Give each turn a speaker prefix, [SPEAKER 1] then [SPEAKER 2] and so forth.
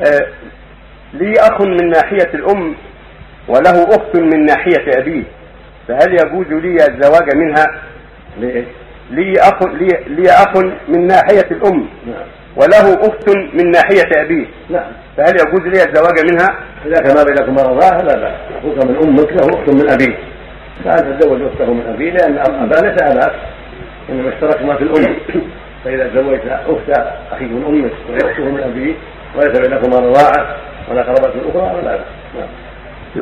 [SPEAKER 1] آه، لي اخ من ناحيه الام وله اخت من ناحيه ابيه فهل يجوز لي الزواج منها؟
[SPEAKER 2] ليه؟
[SPEAKER 1] لي اخ لي, لي اخ من ناحيه الام
[SPEAKER 2] نعم
[SPEAKER 1] وله اخت من ناحيه ابيه
[SPEAKER 2] نعم
[SPEAKER 1] فهل يجوز لي الزواج منها؟
[SPEAKER 2] إذا كان ما بينكم مرضاه فلا بأس أخوك من أمك له أخت من أبيه فأنت تتزوج أخته من أبيه لأن أباه ليس أباك إنما اشتركما في الأم فإذا تزوجت أخت أخيك من أمك وهي أخته من أبيه وليس بينكما رضاعة ولا قرابة أخرى فلا بأس نعم